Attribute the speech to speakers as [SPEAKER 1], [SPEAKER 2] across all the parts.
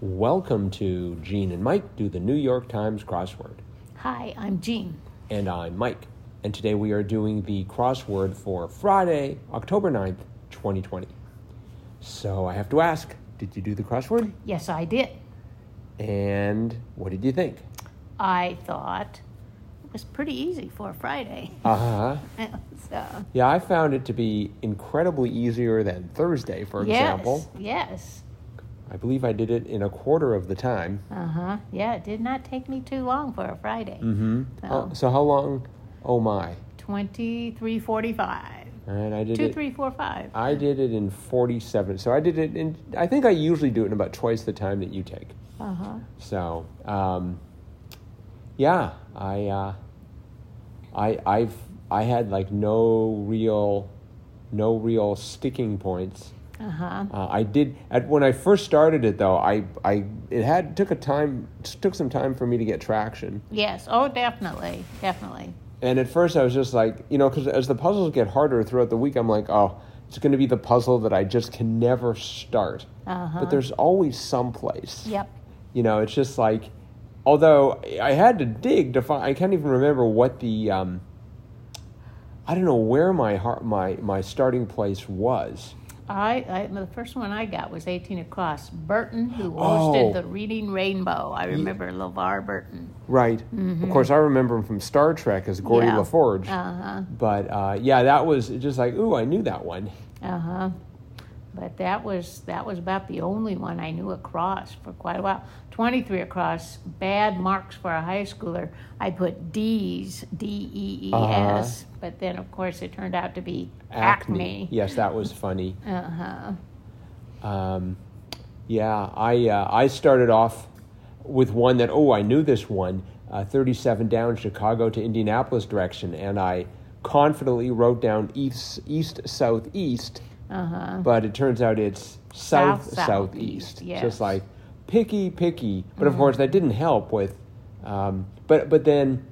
[SPEAKER 1] Welcome to Gene and Mike do the New York Times crossword.
[SPEAKER 2] Hi, I'm Jean.
[SPEAKER 1] And I'm Mike. And today we are doing the crossword for Friday, October 9th, 2020. So I have to ask did you do the crossword?
[SPEAKER 2] Yes, I did.
[SPEAKER 1] And what did you think?
[SPEAKER 2] I thought it was pretty easy for a Friday.
[SPEAKER 1] Uh huh.
[SPEAKER 2] so,
[SPEAKER 1] Yeah, I found it to be incredibly easier than Thursday, for example.
[SPEAKER 2] yes, yes.
[SPEAKER 1] I believe I did it in a quarter of the time.
[SPEAKER 2] Uh huh. Yeah, it did not take me too long for a Friday.
[SPEAKER 1] Mm-hmm.
[SPEAKER 2] Oh.
[SPEAKER 1] so how long? Oh my!
[SPEAKER 2] Twenty-three forty-five.
[SPEAKER 1] And I did
[SPEAKER 2] Two,
[SPEAKER 1] it. Ah.
[SPEAKER 2] three, four, five.
[SPEAKER 1] I did it in forty-seven. So I did it in. I think I usually do it in about twice the time that you take.
[SPEAKER 2] Uh huh.
[SPEAKER 1] So, um, yeah, I, uh, I, I've, I had like no real, no real sticking points.
[SPEAKER 2] Uh huh.
[SPEAKER 1] Uh, I did at when I first started it though. I, I it had took a time took some time for me to get traction.
[SPEAKER 2] Yes. Oh, definitely, definitely.
[SPEAKER 1] And at first, I was just like, you know, because as the puzzles get harder throughout the week, I'm like, oh, it's going to be the puzzle that I just can never start.
[SPEAKER 2] Uh-huh.
[SPEAKER 1] But there's always some place.
[SPEAKER 2] Yep.
[SPEAKER 1] You know, it's just like, although I had to dig to find, I can't even remember what the, um, I don't know where my heart, my my starting place was.
[SPEAKER 2] I, I the first one I got was 18 across. Burton, who hosted
[SPEAKER 1] Oh.
[SPEAKER 2] the Reading Rainbow. I remember LeVar Burton.
[SPEAKER 1] Right. Of course, I remember him from Star Trek as Gordy
[SPEAKER 2] Mm-hmm. Yeah.
[SPEAKER 1] LaForge.
[SPEAKER 2] Uh huh.
[SPEAKER 1] But uh, yeah, that was just like, ooh, I knew that one.
[SPEAKER 2] Uh huh. But that was that was about the only one I knew across for quite a while. Twenty three across, bad marks for a high schooler. I put D's, D E E
[SPEAKER 1] Uh-huh.
[SPEAKER 2] S, but then of course it turned out to be acne.
[SPEAKER 1] Yes, that was funny.
[SPEAKER 2] Uh huh.
[SPEAKER 1] Um, yeah, I uh, I started off with one that oh I knew this one, uh, thirty seven down Chicago to Indianapolis direction, and I confidently wrote down east east southeast,
[SPEAKER 2] Uh huh.
[SPEAKER 1] but it turns out it's south,
[SPEAKER 2] South,
[SPEAKER 1] southeast.
[SPEAKER 2] southeast,
[SPEAKER 1] Just
[SPEAKER 2] yes. Mm-hmm.
[SPEAKER 1] like picky picky, but of course that didn't help with, um, but but then.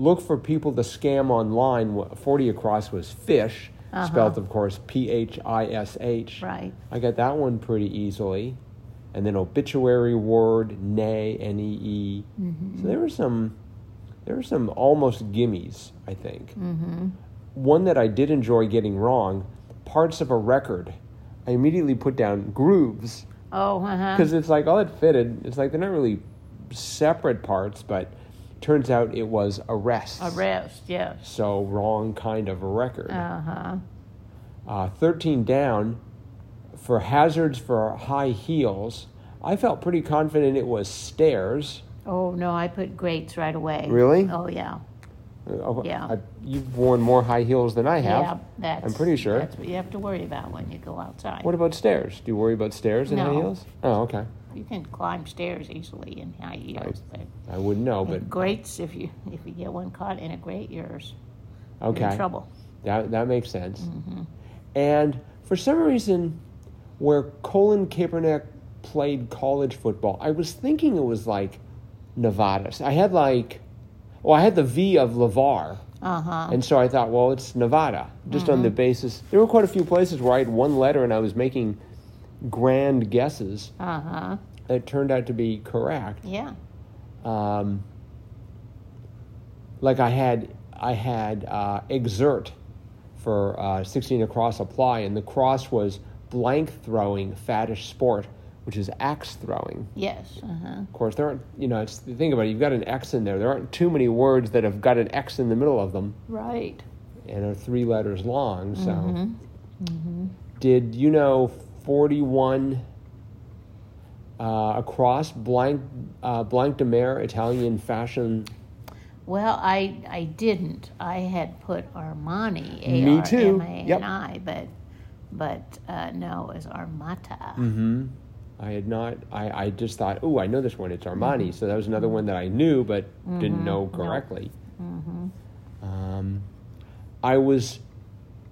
[SPEAKER 1] Look for people to scam online. Forty across was fish,
[SPEAKER 2] Uh-huh.
[SPEAKER 1] spelled of course P H I S H.
[SPEAKER 2] Right.
[SPEAKER 1] I got that one pretty easily. And then obituary word, nay, N E E. So there were some there were some almost gimmies, I think. One that I did enjoy getting wrong, parts of a record. I immediately put down grooves
[SPEAKER 2] Oh, uh huh.
[SPEAKER 1] because it's like all it fitted. It's like they're not really separate parts, but turns out it was arrests.
[SPEAKER 2] Arrest, yes.
[SPEAKER 1] So wrong kind of a record
[SPEAKER 2] Uh huh.
[SPEAKER 1] uh, 13 down for hazards for high heels. I felt pretty confident it was stairs.
[SPEAKER 2] Oh no, I put grades right away.
[SPEAKER 1] Really?
[SPEAKER 2] Oh yeah.
[SPEAKER 1] Uh,
[SPEAKER 2] Yeah.
[SPEAKER 1] I, you've worn more high heels than I have.
[SPEAKER 2] Yeah, that's.
[SPEAKER 1] I'm pretty sure.
[SPEAKER 2] That's what you have to worry about when you go outside.
[SPEAKER 1] What about stairs? Do you worry about stairs and high
[SPEAKER 2] No.
[SPEAKER 1] heels? Oh, okay.
[SPEAKER 2] You can climb stairs easily in high heels, but.
[SPEAKER 1] I wouldn't know, but
[SPEAKER 2] And grates, if you if you get one caught in a grate, you're s- you're in
[SPEAKER 1] okay.
[SPEAKER 2] trouble. Mm-hmm.
[SPEAKER 1] That that makes sense. And for some reason, where Colin Kaepernick played college football, I was thinking it was like Nevada. I had like, well, I had the V of Levar.
[SPEAKER 2] Uh huh.
[SPEAKER 1] And so I thought, well, it's Nevada, just on the basis. There were quite a few places where I had one letter and I was making grand guesses
[SPEAKER 2] Uh huh.
[SPEAKER 1] that turned out to be correct.
[SPEAKER 2] Yeah.
[SPEAKER 1] Um, like I had, I had uh, exert for uh, 16 across apply, and the cross was blank throwing faddish sport, which is axe throwing.
[SPEAKER 2] Yes. Uh huh.
[SPEAKER 1] Of course, there aren't, you know, it's, think about it, you've got an X in there. There aren't too many words that have got an X in the middle of them.
[SPEAKER 2] Right.
[SPEAKER 1] and are three letters long. So, did you know forty-one uh, across blank uh, blank de mer Italian fashion?
[SPEAKER 2] Well, I I didn't. I had put Armani.
[SPEAKER 1] Me too. Yep.
[SPEAKER 2] A-R-M-A-N-I, But but uh, no, it was Armata.
[SPEAKER 1] Mm-hmm. I had not. I, I just thought, oh, I know this one. It's Armani. So that was another one that I knew but didn't know correctly. Um, I was,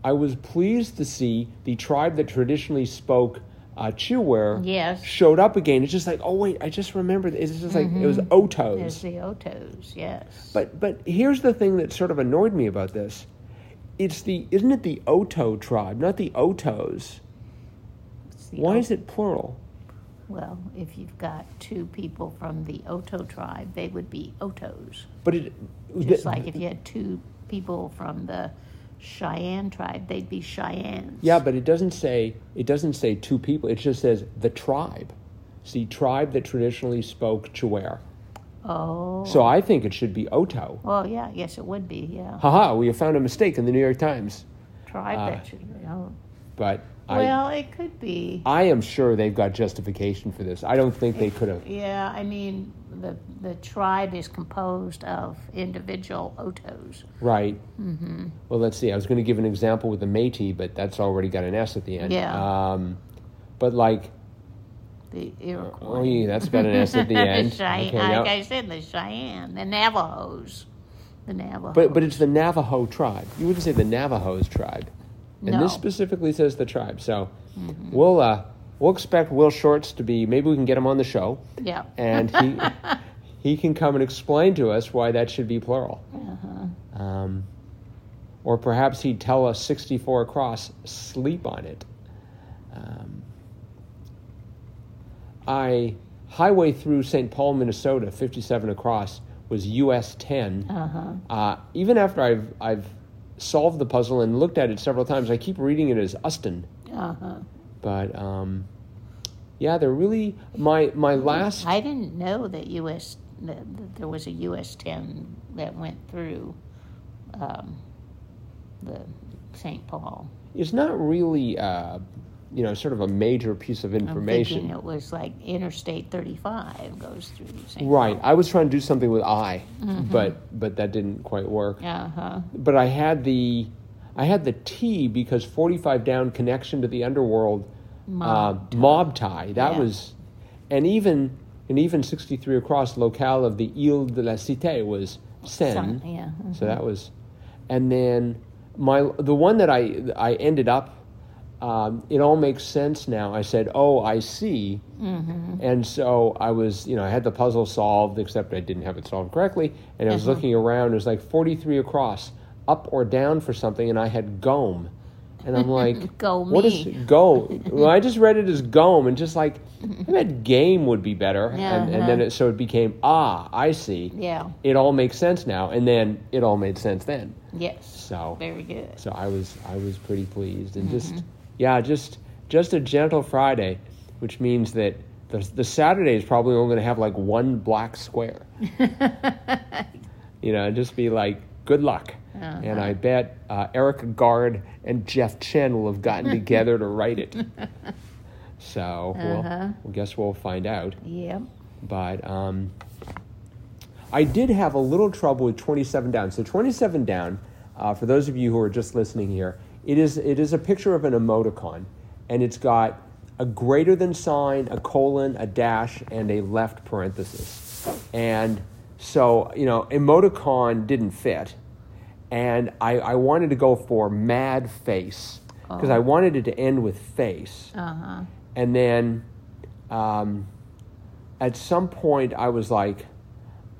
[SPEAKER 1] I was pleased to see the tribe that traditionally spoke uh, Chewware
[SPEAKER 2] Yes.
[SPEAKER 1] showed up again. It's just like, oh wait, I just remembered. It's just like it
[SPEAKER 2] Mm-hmm.
[SPEAKER 1] was Otos.
[SPEAKER 2] There's the Otos. Yes.
[SPEAKER 1] But but here's the thing that sort of annoyed me about this. It's the isn't it the Oto tribe, not the Otos?
[SPEAKER 2] It's the
[SPEAKER 1] Why
[SPEAKER 2] O-
[SPEAKER 1] is it plural?
[SPEAKER 2] Well, if you've got two people from the Oto tribe, they would be Otos.
[SPEAKER 1] But it
[SPEAKER 2] Just like if you had two people from the Cheyenne tribe, they'd be Cheyennes.
[SPEAKER 1] Yeah, but it doesn't say it doesn't say two people. It just says the tribe. See, tribe that traditionally spoke Chuar.
[SPEAKER 2] Oh.
[SPEAKER 1] So I think it should be Oto.
[SPEAKER 2] Well, yeah, yes, it would be, yeah.
[SPEAKER 1] Haha, we have found a mistake in the New York Times.
[SPEAKER 2] Tribe that you, you know.
[SPEAKER 1] But Uh, I,
[SPEAKER 2] Well, it could be.
[SPEAKER 1] I am sure they've got justification for this. I don't think they could have.
[SPEAKER 2] Yeah, I mean, the, the tribe is composed of individual Otos.
[SPEAKER 1] Right. Mm-hmm. Well, let's see. I was going to give an example with the Métis, but that's already got an S at the end.
[SPEAKER 2] Yeah.
[SPEAKER 1] Um, but like,
[SPEAKER 2] The Iroquois.
[SPEAKER 1] oh, yeah, that's got an S at the end.
[SPEAKER 2] Cheyenne,
[SPEAKER 1] Okay, now-
[SPEAKER 2] like I said, the Cheyenne, the Navajos, the Navajos.
[SPEAKER 1] But but it's the Navajo tribe. You wouldn't say the Navajos tribe. And
[SPEAKER 2] No. Mm-hmm.
[SPEAKER 1] this specifically says the tribe. So we'll uh, we'll expect Will Shorts to be maybe we can get him on the show
[SPEAKER 2] yeah,
[SPEAKER 1] and he he can come and explain to us why that should be plural. Um, or perhaps he'd tell us 64 across, sleep on it. Um, I highway through St. Paul, Minnesota, 57 across was US 10.
[SPEAKER 2] uh-huh.
[SPEAKER 1] Uh, even after I've I've solved the puzzle and looked at it several times, I keep reading it as Uston.
[SPEAKER 2] Uh-huh.
[SPEAKER 1] But um, yeah, they're really my my last.
[SPEAKER 2] I didn't know that U.S. That, that there was a U.S. ten that went through um, the St. Paul.
[SPEAKER 1] It's not really uh, you know sort of a major piece of
[SPEAKER 2] I'm
[SPEAKER 1] information.
[SPEAKER 2] thinking it was like Interstate 35 goes through St.
[SPEAKER 1] Right. I was trying to do something with I,
[SPEAKER 2] Mm-hmm.
[SPEAKER 1] but but that didn't quite work.
[SPEAKER 2] Paul. Uh huh.
[SPEAKER 1] But I had the I had the T because forty five down connection to the underworld
[SPEAKER 2] Mob
[SPEAKER 1] uh, mob tie. That
[SPEAKER 2] Yeah.
[SPEAKER 1] was and even and even sixty three across locale of the Ile de la Cité was Seine.
[SPEAKER 2] yeah.
[SPEAKER 1] So that was, and then my the one that I I ended up. Um, it all makes sense now. I said, "Oh, I see,"
[SPEAKER 2] Mm-hmm.
[SPEAKER 1] and so I was, you know, I had the puzzle solved, except I didn't have it solved correctly, and I
[SPEAKER 2] Uh-huh.
[SPEAKER 1] was looking around. It was like forty-three across, up or down for something, and I had gome, and I'm like,
[SPEAKER 2] Go
[SPEAKER 1] what is
[SPEAKER 2] me.
[SPEAKER 1] go? Well, I just read it as gome, and just like I bet game would be better, and, and then
[SPEAKER 2] Uh-huh.
[SPEAKER 1] it so it became ah, I see
[SPEAKER 2] Yeah.
[SPEAKER 1] it all makes sense now and then it all made sense then
[SPEAKER 2] Yes.
[SPEAKER 1] so
[SPEAKER 2] Very good.
[SPEAKER 1] so i was i was pretty pleased and just yeah just just a gentle friday which means that the, the saturday is probably only going to have like one black square you know just be like good luck and i bet uh, eric guard and jeff chen will have gotten together to write it so
[SPEAKER 2] Uh-huh.
[SPEAKER 1] we'll, i guess we'll find out
[SPEAKER 2] Yep.
[SPEAKER 1] but um, I did have a little trouble with 27 down. So 27 down, uh, for those of you who are just listening here, it is it is a picture of an emoticon, and it's got a greater than sign, a colon, a dash, and a left parenthesis. And so you know, emoticon didn't fit, and I, I wanted to go for mad face because I wanted it to end with face
[SPEAKER 2] Uh huh.
[SPEAKER 1] and then um, at some point i was like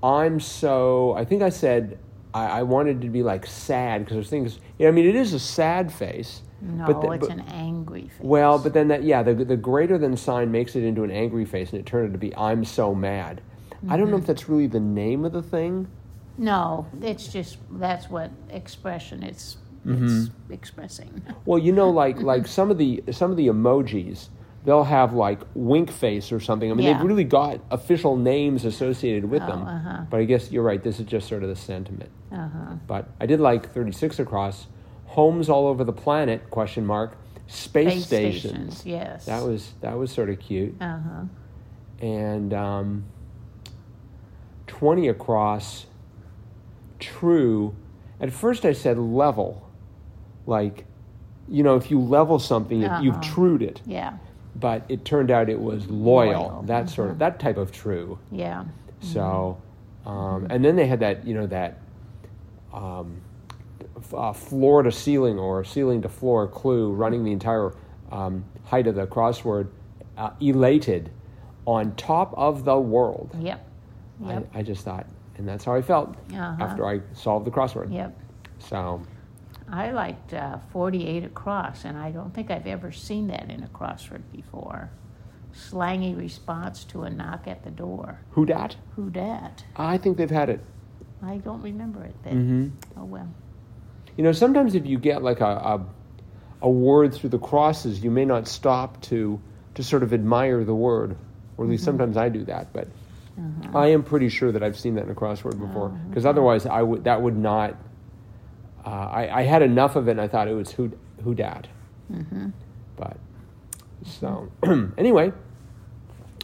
[SPEAKER 1] i'm so i think i said i, I wanted to be like sad because there's things you know, i mean it is a sad face
[SPEAKER 2] No,
[SPEAKER 1] but the-
[SPEAKER 2] it's
[SPEAKER 1] but-
[SPEAKER 2] an angry face.
[SPEAKER 1] well but then that yeah the, the greater than sign makes it into an angry face and it turned out to be i'm so mad i
[SPEAKER 2] Mm-hmm.
[SPEAKER 1] don't know if that's really the name of the thing
[SPEAKER 2] no, it's just that's what expression it's,
[SPEAKER 1] Mm-hmm.
[SPEAKER 2] it's expressing.
[SPEAKER 1] Well, you know, like
[SPEAKER 2] Mm-hmm.
[SPEAKER 1] like some of the some of the emojis, they'll have like wink face or something. I mean,
[SPEAKER 2] Yeah.
[SPEAKER 1] they've really got official names associated with
[SPEAKER 2] Oh,
[SPEAKER 1] them.
[SPEAKER 2] uh-huh.
[SPEAKER 1] But I guess you're right. This is just sort of the sentiment.
[SPEAKER 2] Uh huh.
[SPEAKER 1] But I did like 36 across homes all over the planet question mark space, stations.
[SPEAKER 2] Yes.
[SPEAKER 1] That was that was sort of cute.
[SPEAKER 2] Uh huh.
[SPEAKER 1] And um, 20 across true. At first I said level. Like you know, if you level something, if you've
[SPEAKER 2] Uh-uh.
[SPEAKER 1] trued it.
[SPEAKER 2] Yeah.
[SPEAKER 1] But it turned out it was loyal,
[SPEAKER 2] Loyal,
[SPEAKER 1] that sort of that type of true.
[SPEAKER 2] Yeah.
[SPEAKER 1] So,
[SPEAKER 2] Mm-hmm.
[SPEAKER 1] um, and then they had that, you know, that um, f- uh, floor to ceiling or ceiling to floor clue running the entire um, height of the crossword, uh, elated on top of the world.
[SPEAKER 2] Yep. Yep.
[SPEAKER 1] I, I just thought, and that's how I felt
[SPEAKER 2] Uh-huh.
[SPEAKER 1] after I solved the crossword.
[SPEAKER 2] Yep.
[SPEAKER 1] So,
[SPEAKER 2] I liked uh, 48 across, and I don't think I've ever seen that in a crossword before. slangy response to a knock at the door.
[SPEAKER 1] Who dat?
[SPEAKER 2] Who dat?
[SPEAKER 1] I think they've had it.
[SPEAKER 2] I don't remember it then.
[SPEAKER 1] hmm
[SPEAKER 2] Oh well.
[SPEAKER 1] You know, sometimes if you get like a, a a word through the crosses, you may not stop to to sort of admire the word, or at least sometimes I do that. But I am pretty sure that I've seen that in a crossword before, because otherwise I would that would not. Uh, I, I had enough of it, and I thought it was who who dat. But so anyway,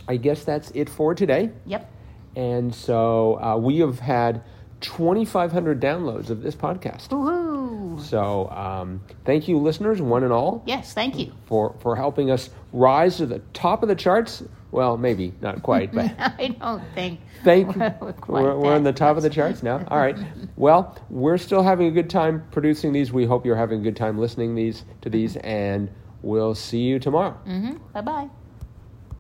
[SPEAKER 1] I guess that's it for today.
[SPEAKER 2] Yep.
[SPEAKER 1] And so uh, we have had 2,500 downloads of this podcast.
[SPEAKER 2] Woohoo!
[SPEAKER 1] So um, thank you, listeners, one and all,
[SPEAKER 2] Yes, thank you.
[SPEAKER 1] for, for helping us rise to the top of the charts. Well, maybe not quite, but
[SPEAKER 2] I don't think.
[SPEAKER 1] thank
[SPEAKER 2] we're quite
[SPEAKER 1] We're, we're on the
[SPEAKER 2] that
[SPEAKER 1] top of the charts now. All right. Well, we're still having a good time producing these.
[SPEAKER 2] Mm-hmm.
[SPEAKER 1] We hope you're having a good time listening these to these, and we'll see you tomorrow.
[SPEAKER 2] Bye bye.